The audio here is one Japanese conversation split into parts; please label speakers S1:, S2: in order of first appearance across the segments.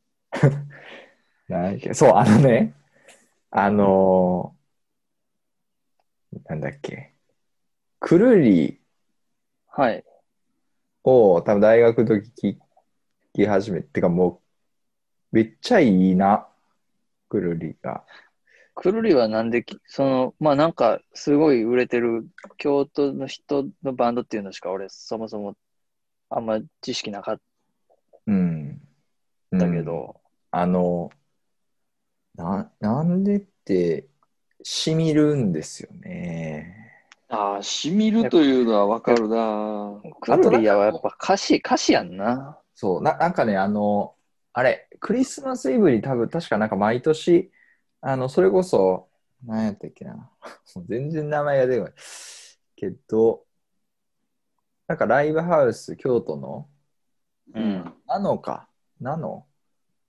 S1: なんだっけそう、あのね、あのーなんだっけ、くるり
S2: はい。
S1: を多分大学の時聞き始めて、かもう、めっちゃいいな、くるりが。
S2: くるりはなんでき、その、まあなんか、すごい売れてる京都の人のバンドっていうのしか俺、そもそもあんま知識なかっ
S1: うん。
S2: たけど、
S1: あの、な、なんでって、しみるんですよね。
S3: ああ、しみるというのはわかるな。
S2: クルリアはやっぱ歌詞、歌詞やんな。
S1: そう、な、なんかね、あの、あれ、クリスマスイブに多分、確かなんか毎年、あの、それこそ、なんやったっけな。 もう全然名前が出てこない。けど、なんかライブハウス、京都の、
S3: うん。
S1: なのか、なの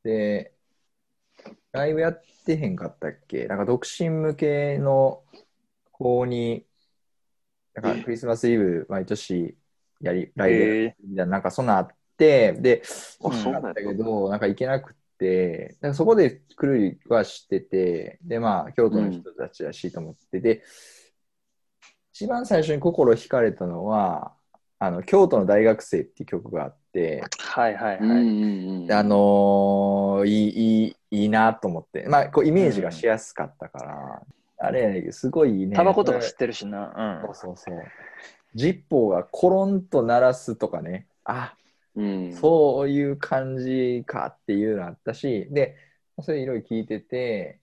S1: で、ライブやってへんかったっけなんか独身向けの子に、なんかクリスマスイブ毎年やり、ライブやる
S2: え
S1: みたいな、なんかそんなんあって、で、
S3: あ
S2: うん
S3: そう
S1: だ
S3: なん
S1: っ
S3: だ
S1: たけど、なんか行けなくて、なんかそこで来るはしてて、で、まあ、京都の人たちらしいと思って、で、一番最初に心惹かれたのは、あの、京都の大学生っていう曲があって、
S2: はいはい
S3: うんう
S2: はい。
S3: んう
S1: で
S3: ん。
S1: あのーいい、いい、いいなと思って。まあ、こう、イメージがしやすかったから、あれやねんけどすごいいいね。
S2: タバコとか
S1: これ
S2: 吸ってるしな。
S1: そうそうそう。ジッポーがコロンと鳴らすとかね。あ、
S3: うん、
S1: そういう感じかっていうのあったし、で、それいろいろ聞いてて、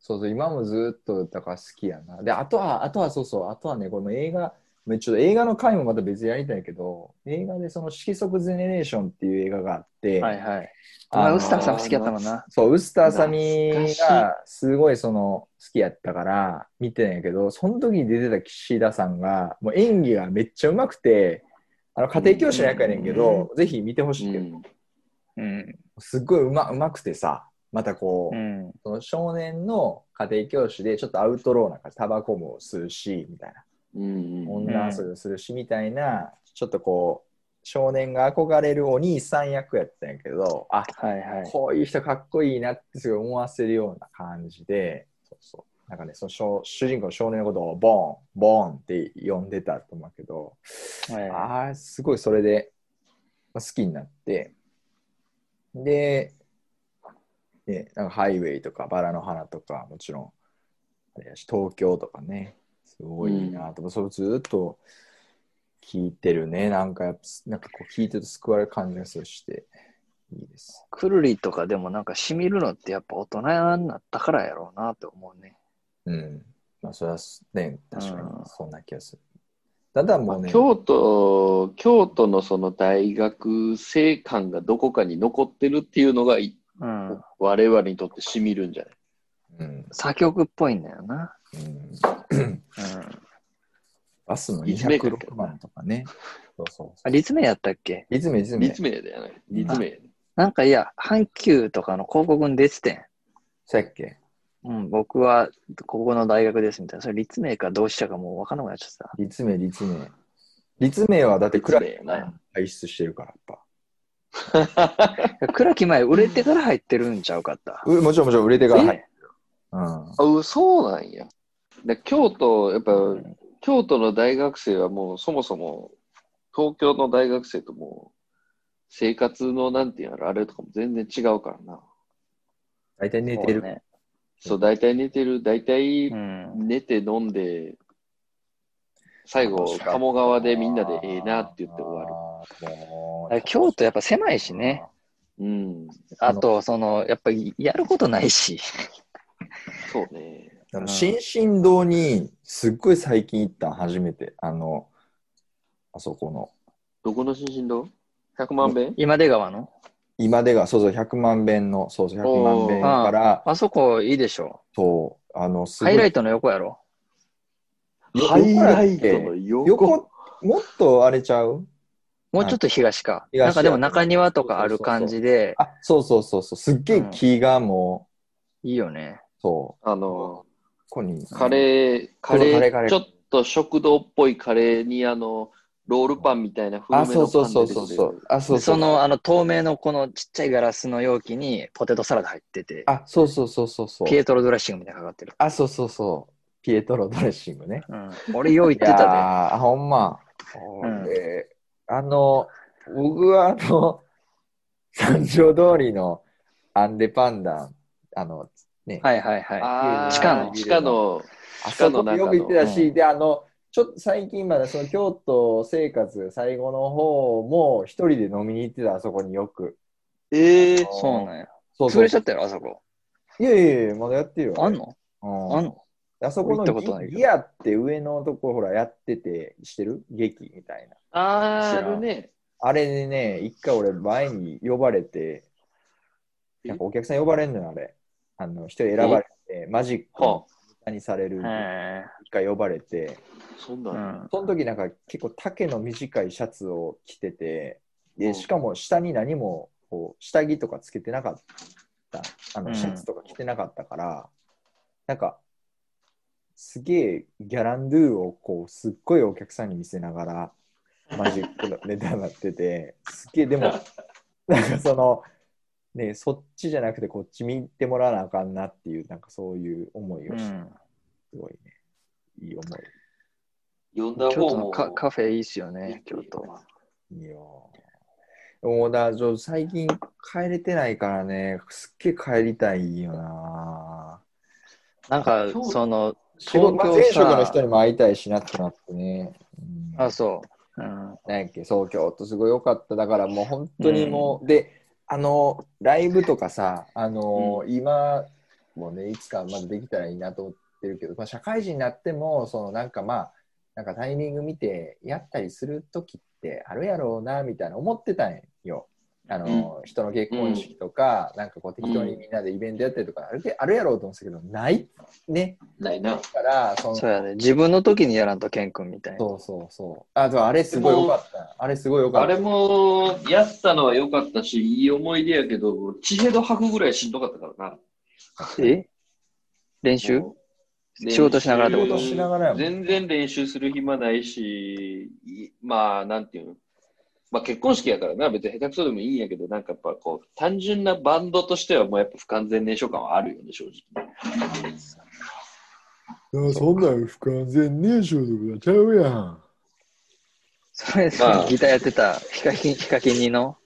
S1: そうそう、今もずっとだから好きやな。で、あとは、あとはそうそう、あとはね、この映画、まあちょっと映画の回もまた別にやりたいけど、映画でその色即ゼネレーションっていう映画があって、
S2: うん。はいはい。お
S1: あ
S2: 前、
S1: の
S2: ウスターさんも好きやったもんな。
S1: そう、ウスターサミ
S3: 懐かしい
S1: がすごいその好きやったから見てたんやけど、その時に出てた岸田さんが、もう演技がめっちゃうまくて、あの家庭教師の役やねんけど、ぜひ見てほしいけど、
S3: うん
S2: うん。
S1: すっごいうまうまくてさ、またこう、
S2: うん。
S1: その少年の家庭教師でちょっとアウトローな感じ、タバコも吸うし、みたいな。
S3: うんうん
S1: 女遊びをするしみたいな、ちょっとこう、少年が憧れるお兄さん役やったんやけど、あ、
S2: はいはい。
S1: こういう人かっこいいなってすごい思わせるような感じで、そうそうなんかね、その少主人公の少年のことをボーン、ボーンって呼んでたと思うけど、
S2: はい
S1: ああ、すごいそれでまあ好きになって、で、ね、なんかハイウェイとかバラの花とかもちろん、あれやし東京とかね、すごいいいなと、それずっと聞いてるね、なんかやっぱ、なんかこう聞いてると救われる感じがするして、いいです。
S2: くるりとかでもなんかしみるのってやっぱ大人になったからやろうなって思うね。
S1: うん。まあ、それはすね、確か
S2: う
S1: に
S2: ん
S1: そんな気がする。ただ
S3: ま
S1: も
S3: あ
S1: うね、
S3: 京都、京都のその大学生感がどこかに残ってるっていうのが、い
S2: うん。
S3: 我々にとってしみるんじゃない
S1: うん、
S2: 作曲っぽいんだよな。
S1: うん、
S2: うん。
S1: バスの
S3: 立命館
S1: 206番とかね。そうそうそ
S2: あ、
S1: う。
S2: 立命やったっけ
S1: いつめいつめ。
S3: 立命だよね。立命。
S2: なんかいや、阪急とかの広告に出ててん。
S1: さっき。
S2: うん、僕はここの大学ですみたいな。それ立命か同志社かもう分からなくなっちゃった。
S1: 立命、立命。立命はだってクラ
S3: 立命やな
S1: 排出してるから、やっぱ。
S2: 倉木前売れてから入ってるんちゃうかった。
S1: うもちろん、もちろん、売れてから入る。うん。
S3: あ、うそうなんや。で京都、やっぱ、
S2: うん
S3: 京都の大学生はもうそもそも、東京の大学生ともう、生活のなんていうのあれとかも全然違うからな。
S1: 大体寝てる。
S2: ね。
S3: そう、大体寝てる、大体
S2: うん。
S3: 寝て飲んで、最後、
S1: 確かに
S3: 鴨川でみんなでええなって言って終わ
S1: あーもう
S2: あ京都やっぱ狭いしね。。
S3: る。うん。
S2: あと、その、やっぱりやることないし。
S3: そうね。
S1: あ
S2: う
S1: の
S2: ん
S1: 新進堂に、すっごい最近行ったん初めて。あの、あそこの。
S3: どこの新進堂 ?100 万遍
S2: 今出川の
S1: 今でが、そうそう、100万遍の、そうそう、100万遍から、
S2: あそこいいでしょ。
S1: そう、あの、すご
S2: ハ
S1: い
S2: イライトの横やろ。
S1: よ
S3: ハイライトの横。
S1: 横、もっとあれちゃう
S2: もうちょっと東か。
S1: 東
S2: なんかでも中庭とかある感じで、
S1: あ、そうそうそう、そうすっげえ木がも
S2: いいよね。
S1: う、そう、
S3: あの、
S1: ここに。
S3: カレー、カ
S1: そうカレーカ
S3: レ
S1: レー
S3: ー、ちょっと食堂っぽいカレーに、あの、ロールパンみたいな風
S1: あ、
S3: 味
S1: そ
S3: の
S1: うそう
S3: パン
S1: そ
S3: 出
S1: う
S3: て
S1: そう
S3: くる
S1: そう。あ、そう
S2: で
S1: そう。
S2: その、あの、透明のこのちっちゃいガラスの容器にポテトサラダ入ってて、
S1: あ、そうそうそうそうそう。
S2: ピエトロドラッシングみたいなのかかってる。
S1: あ、そうそうそう。ピエトロドレッシングね。
S2: うん、俺、よう言って
S1: いや
S2: た
S1: ーあ、ほんま。
S2: ん
S1: えーあの、僕はあの、 三条通りのアンデパンダン、あの、ね、
S2: で。はいはいはい。
S3: あー
S2: 地下の
S3: 地下の、
S1: あ
S3: 地下
S1: そ
S3: の
S1: こ
S3: 中の
S1: よく行ってたし、
S2: うん
S1: で、あの、ちょっと最近までその京都生活最後の方も一人で飲みに行ってた、あそこによく。
S3: ええ
S1: ー
S2: そうなんや。
S1: そう
S2: 潰
S1: そう。
S2: れ
S1: い
S2: ちゃったよ、あそこ。
S1: やいやいや、まだやってるよ。
S2: あんの
S1: うん
S2: あんの
S1: あそこの
S2: 俺行ったことない
S1: ギ
S2: けど
S1: ギアって上のとこほらやってて、してる劇みたいな。
S3: あ
S1: 知
S3: ー、あ
S1: らん
S3: るね。
S1: あれでね、一回俺前に呼ばれて、
S3: え
S1: なんかお客さん呼ばれんのよ、あれ。あの、一人選ばれて、マジック
S3: は
S1: の歌にされる、
S2: へ
S1: 一回呼ばれて、
S3: あ、そんな。
S2: ーうんん。
S1: その時なんか結構丈の短いシャツを着てて、
S3: う
S1: で、
S3: ん
S1: しかも下に何もこう下着とかつけてなかった、あ
S2: う
S1: の
S2: ん
S1: シャツとか着てなかったから、なんか、すげえギャランドゥをこうすっごいお客さんに見せながらマジックのネタになってて、すっげえで も、なんかその、ね、そっちじゃなくてこっち見てもらわなあかんなっていう、なんかそういう思いを
S2: う
S1: して、
S2: ん、
S1: すごいね、いい思
S3: 呼んだ
S2: 京
S3: 方
S2: 都
S3: も
S2: のカカフェいいっすよね、京都。
S1: い。いいよ。もうだ、ちょ最近帰れてないからね、すっげえ帰りたいよな。
S2: なんか
S3: 京、都
S2: その、
S1: 仕事
S2: 東京
S1: まあ前職
S2: さ
S1: の人にも会いたいしなってなってね。うん
S2: あ、そう。うん。
S1: なんやっけ、そう、京都すごい良かった。だからもう本当にもう、で、あの、ライブとかさ、あの、今もね、いつかまだできたらいいなと思ってるけど、まあ、社会人になっても、そのなんかまあ、なんかタイミング見てやったりする時ってあるやろうな、みたいな思ってたんよ。あの、人の結婚式とか、なんかこう適当にみんなでイベントやったりとか、あるけあるやろうと思ってたけど、ないね。
S3: ないな。
S1: から、その、
S2: そうやね。自分の時にやらんと、ケン君みたいな。
S1: そうそうそう。あ、そうあれすごい良かった。あれすごい良かった。
S3: あれも、やったのは良かったし、いい思い出やけど、地平度吐くぐらいしんどかったからな。
S2: え練習
S3: もう
S2: 仕事しながらってこと
S3: 練習
S1: しながらやもん
S3: 全然練習する暇ないし、いまあ、なんていうの。まあ結婚式やからな、別に下手くそでもいいんやけど、なんかやっぱこう、単純なバンドとしてはもうやっぱ不完全燃焼感はあるよね、正直。
S1: そんなん不完全燃焼とかちゃうやん。
S2: それ、そ
S3: まあ
S2: のギターやってた、ヒカキン、ヒカキンにの。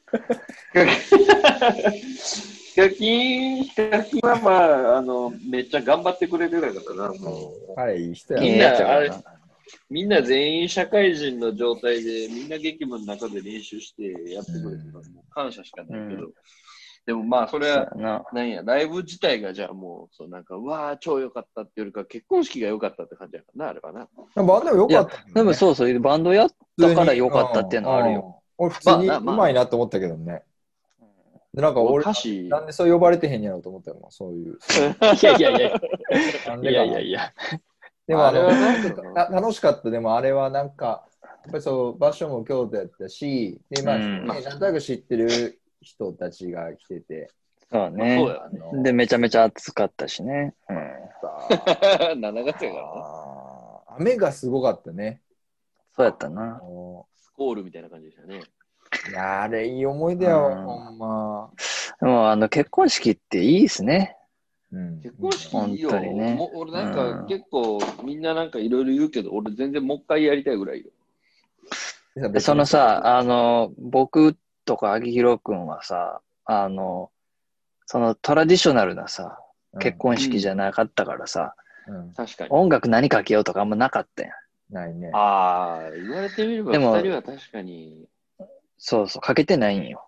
S3: ヒカキン、ヒカキンはまあ、あの、めっちゃ頑張ってくれてたからな、もう。
S1: 彼いい人や
S3: み
S2: い
S3: ん
S2: い
S1: ね。
S3: な
S2: やつやから
S3: あれみんな全員社会人の状態で、みんな激務の中で練習してやってくれてた、
S1: うん
S3: もう感謝しかないけど、
S2: う
S3: でもまあ、それ
S2: そうや
S3: は、
S2: な。
S3: なんや、ライブ自体がじゃあもう、そうなんか、うわあ、超良かったっていうよりか、結婚式が良かったって感じやからな、あれかな。
S1: バンドも良かった、
S2: でもそうそう、バンドやっ
S1: 普通
S2: た
S1: に
S2: から良かったっていうのはあるよ。。
S1: うんうん俺普通に
S3: ま
S1: う
S3: あまあ
S1: まいなと思ったけどね。でなんか俺、
S3: 歌詞、
S1: なんでそう呼ばれてへんやろうと思ったよな、そういう。
S2: いやいやいや、
S1: なん
S2: い
S1: でかな
S2: や
S1: い
S2: やいや。
S1: でもあ
S3: あれ
S1: の
S3: はなんか
S1: た楽しかった、でもあれはなんか、やっぱりそう、場所も京都やったし、で、まあ、
S2: うん
S1: ね、なんとなく知ってる人たちが来てて、
S2: そう
S3: まあ、そう
S2: ね。
S3: や
S1: あの
S2: で、めちゃめちゃ暑かったしね。うん
S1: さあ
S3: な。7月やからな。
S1: あー雨がすごかったね。
S2: そうやった
S1: あ
S2: な。
S1: の
S3: スコールみたいな感じでしたね。
S1: いやあれいい思い出やわ、
S2: うん
S1: ほんま。
S2: でも、あの、結婚式っていいですね。
S1: うん
S3: 結婚式いいよ。
S2: 本当にね
S3: もう俺なん
S2: う
S3: か
S2: ん
S3: 結構、みんななんかいろいろ言うけど、俺全然もう一回やりたいぐらいよ。
S2: で、そのさ、あの、僕とか秋広くんはさ、あの、そのトラディショナルなさ、結、婚式じゃなかったからさ、
S1: うんうん
S3: 確かに。
S2: 音楽何かけようとかあんまなかったやん。
S1: ないね。
S3: ああ、言われてみれば、
S2: でも
S3: 二人は確かに。
S2: そうそう、かけてないんよ。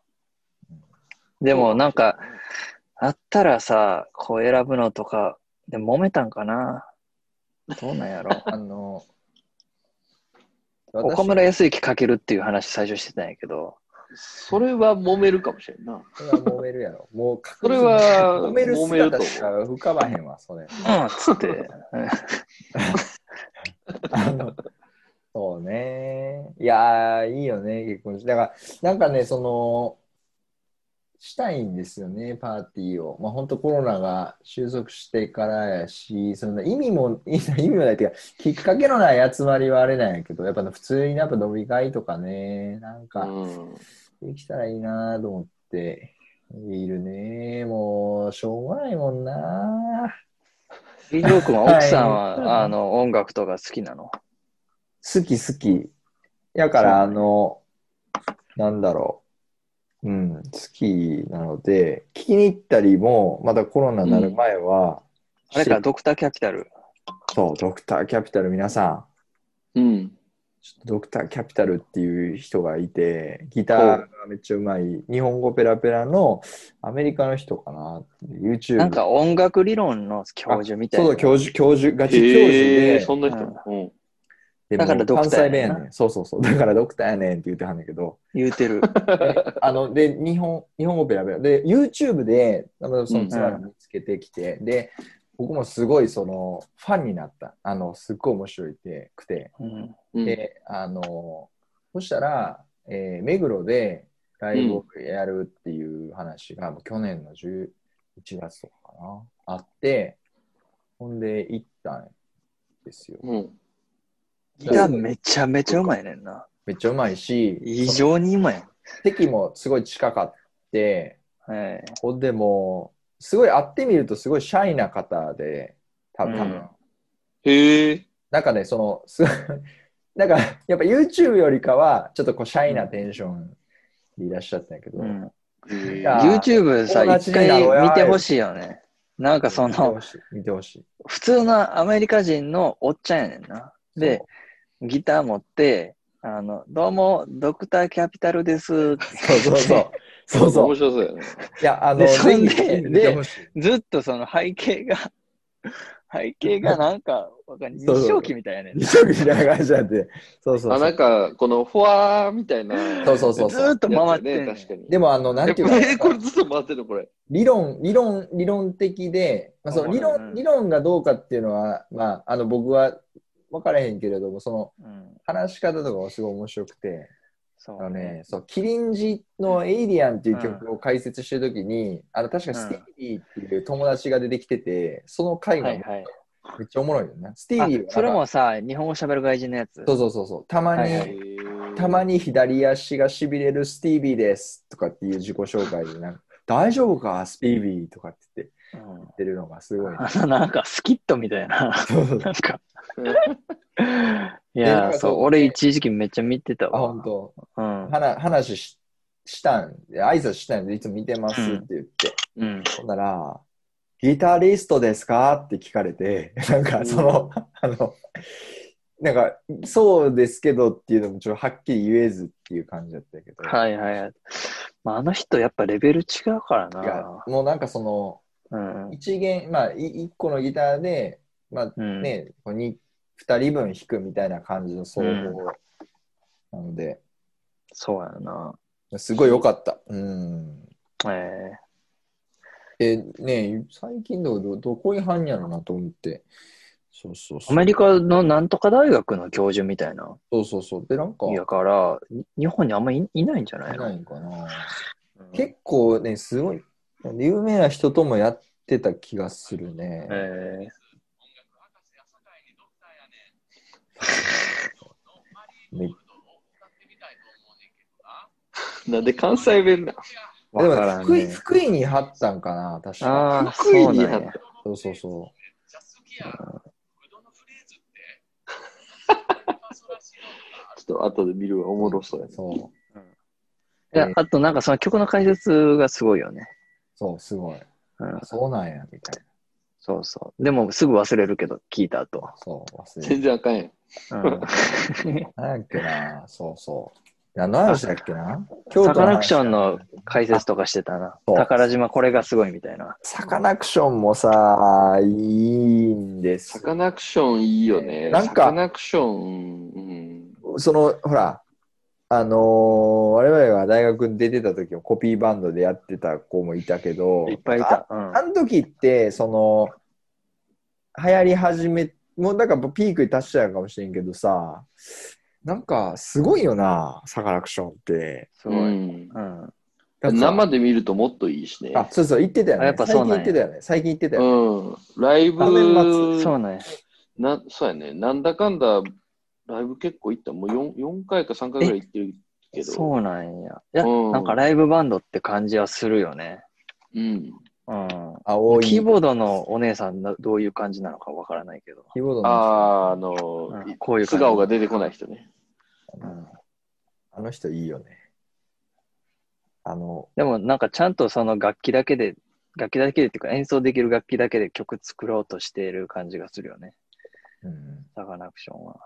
S2: でも、なんか、あったらさ、こう選ぶのとか、で、揉めたんかなどうなん
S1: 。
S2: やろ
S1: あの、
S2: 岡村康之かけるっていう話最初してたんやけど、
S3: それは揉めるかもしれんな。
S1: 私それは揉めるやろ。もう確
S3: そ
S1: 実
S3: れ
S1: に
S3: は
S1: 揉める
S3: 揉めると
S1: 姿しか浮かばへんわ、それ。
S2: うん、つって。
S1: あの そうね。いやー、いいよね、結婚式。だから、なんかね、その、したいんですよね、パーティーを。まあ、本当コロナが収束してからやし、そんな意味も、 意味もないっていうか、きっかけのない集まりはあれなんやけど、やっぱ普通にやっぱ飲み会とかね、なんか、
S3: うん
S1: できたらいいなと思って、いるね。もう、しょうがないもんな。
S2: リードー君は奥さんは、
S1: はい
S2: あの、音楽とか好きなの
S1: 好き好き。やから、あの、なんだろう。うん、好きなので、聞きに行ったりも、まだコロナになる前は、
S2: あれ
S1: して
S2: か、ドクターキャピタル。
S1: そう、ドクターキャピタル皆さん、
S3: うん。
S1: ちょっとドクターキャピタルっていう人がいて、ギターがめっちゃうまい、日本語ペラペラのアメリカの人かな、YouTube。
S2: なんか音楽理論の教授みたい
S1: そう
S2: な
S1: だ、。教授、教授、ガチ教授
S3: へ
S1: で、
S3: え、そんな人も。うん
S1: で
S2: だからドクターやねんな
S1: 関西弁やねん。そうそうそう。だからドクターやねんって言ってはんだけど、
S2: 言うてる。
S1: あの、で、日本、日本語ペラペラ。で、YouTube で、あのそのツアー見つけてきて、で、僕もすごい、その、ファンになった。あの、すっごい面白いてくて。
S2: うん
S3: うん。
S1: で、あの、そしたら、えー目黒でライブをやるっていう話が、もう去年の11月とかかな、あって、ほんで行ったんですよ。
S3: うん。
S2: ギターめちゃめちゃうまいねんな。
S1: めっちゃうまいし、
S2: 異常にうまい。
S1: 席もすごい近かって、
S2: はい。
S1: ほんでもう、すごい会ってみるとすごいシャイな方で、多分、
S2: うん
S3: へえ。
S1: なんかね、その、すなんかやっぱ YouTube よりかは、ちょっとこうシャイなテンションでいらっしゃったんやけど、
S2: うん、
S3: へえ
S1: やあー
S2: YouTube さ、
S1: 友達
S2: 一
S1: にな
S2: 回
S1: ろうや
S2: 見てほしいよね。なんかそ
S1: 見て
S2: の
S1: ほ、しい。見てほしい。
S2: 普通のアメリカ人のおっちゃんやねんな。で、ギター持って、あの、どうも、ドクターキャピタルで
S1: そ
S2: す。
S1: う、そうそうそう。そうそ
S3: 面
S1: う。
S3: 白そうやね。
S1: いや、あの、
S2: でそんで
S1: ぜひ見てほしい。
S2: ずっとその背景が、 背景がなんか、わかん ない。
S1: そうそう
S2: 日照記みたいやねんな。
S1: 一緒みたいな感じなんで。そうそう
S3: あ、
S1: そ
S3: な。
S1: うん
S3: か、このフォアみたいな。
S1: そうそうそう
S2: ずー
S1: そう。
S2: っと回ってん
S3: ね、
S2: ねん
S3: 確かに。
S1: でも、あの、なんていうか。
S3: え、これずっと回ってるの、これ。
S1: 理論、理論、理論的で、まあ、その
S2: あ
S1: 理
S2: うんう
S1: 論
S2: ん
S1: 理論がどうかっていうのは、まあ、あの僕は分からへんけれども、その
S2: うん、
S1: 話し方とかもすごい面白くて、
S2: そ
S1: あの
S2: う
S1: ね、そうキリンジの「エイリアン」っていう曲を解説してるときに、あの確かスティーリーっていう友達が出てきてて、その回が
S2: はい
S1: め
S2: はい。
S1: っちゃおもろいよね。スティー
S2: あ
S1: リーはなんか
S2: それもさ、日本語喋る外人のやつ。
S1: そうそうそうそう、たまに、
S2: はいは
S3: へー
S1: たまに左足がしびれるスティービーですとかっていう自己紹介で、なんか大丈夫か、スティービーとかって言って
S2: うん
S1: 言ってるのがすごい、ね。
S2: あの、なんかスキットみたいな。
S1: そうそう
S2: な んか。
S1: でな
S2: い
S1: ん
S2: や、
S1: か
S2: そう
S1: そ、う
S2: 俺一時期めっちゃ見てた
S1: あ、
S2: わ。
S1: 本当。
S2: うん。
S1: 話話ししたんで、挨拶したんで、いつも見てますって言って。
S2: うん。
S1: ほんなら、ギタリストですかって聞かれて、 なんかその、あの、なんか、そうですけどっていうのもちょっとはっきり言えずっていう感じだったけど、
S2: はいはい。まあ、あの人やっぱレベル違うから
S1: いや
S2: な。
S1: もうなんかその、
S2: うん。
S1: 一弦、まあ、い一個のギターで、ま
S2: う
S1: あ
S2: ん。
S1: ね、こうに二人分弾くみたいな感じの奏法なので、
S2: そうやな。
S1: すごい良かった。うん。
S2: え
S1: え、ねえ最近どうどうどこに入んやろなと思って。そうそう
S2: ー
S1: そ
S2: ア
S1: う。
S2: メリカのなんとか大学の教授みたいな。
S1: そうそうそう。で、なんか、
S2: やから、に日本にあんまいいないんじゃない
S1: い
S2: の、
S1: ないんかな。
S2: うん
S1: 結構ね、すごい、有名な人ともやってた気がするね。
S2: えー
S1: ね
S3: なんで関西弁な
S1: で
S2: わから
S1: も
S2: ん
S1: 福井、
S2: ね。
S1: 福井に貼ったんかな、確か。
S2: ああ、
S3: 福井
S2: そう
S3: に
S2: なんや。
S1: そうそうそ
S3: ちょっと後で見るわ、おもろそうや
S1: う。そう。
S2: いや、あとなんかその曲の解説がすごいよね。
S1: そう、すごい。
S2: うん、
S1: そうなんや、みたい
S2: そうそう。でもすぐ忘れるけど、聞いた後
S1: な。。そう、忘
S3: な。
S1: れ
S3: 全
S1: て。
S3: 然あかんやん。
S2: うん、
S1: なんやっけな、そうそう。いや、何でしたっけな京
S2: サ
S1: 都
S2: カ
S1: の
S2: ナ
S1: 話
S2: クションの解説とかしてたな。
S1: そう
S2: 宝島これがすごいみたいな。
S1: サカナクションもさ、いいんです
S3: サカナクションいいよね。
S1: なんか
S3: サカナクション、うん。
S1: その、ほら、あのー我々が大学に出てた時もコピーバンドでやってた子もいたけど、
S2: いっぱいいた。うん
S1: あ。あの時って、その、流行り始め、もうなんかピークに達しちゃうかもしれんけどさ、なんかすごいよな、サカナクションって。
S2: すごい。
S3: う
S2: うん。
S3: ん
S1: だってさ
S3: 生で見るともっといいしね。
S1: あ、そうそう、言ってたよね。
S2: あやっぱそうなんや
S1: 最近言ってたよね。最近言ってたよね。
S3: うん。ライブ
S1: 画面待、
S2: そうね。
S3: なそうやね。なんだかんだ、ライブ結構行った。もう 4, 四回か3回ぐらい行ってるけど。
S2: そうなんや。いや、
S3: うん
S2: なんかライブバンドって感じはするよね。
S3: うん。
S2: うん。
S1: 青い。
S2: キー
S1: ー
S2: ボードのお姉さんな、どういう感じなのかわからないけど。
S1: キーボードの
S3: あーあの
S2: うん
S3: ー、
S2: こういう感じ
S3: 素顔が出てこない人ね。
S2: うん
S1: あの人いいよね。あの、
S2: でもなんかちゃんとその楽器だけで、楽器だけでっていうか演奏できる楽器だけで曲作ろうとしている感じがするよね。
S1: うん、
S2: サカナクションは。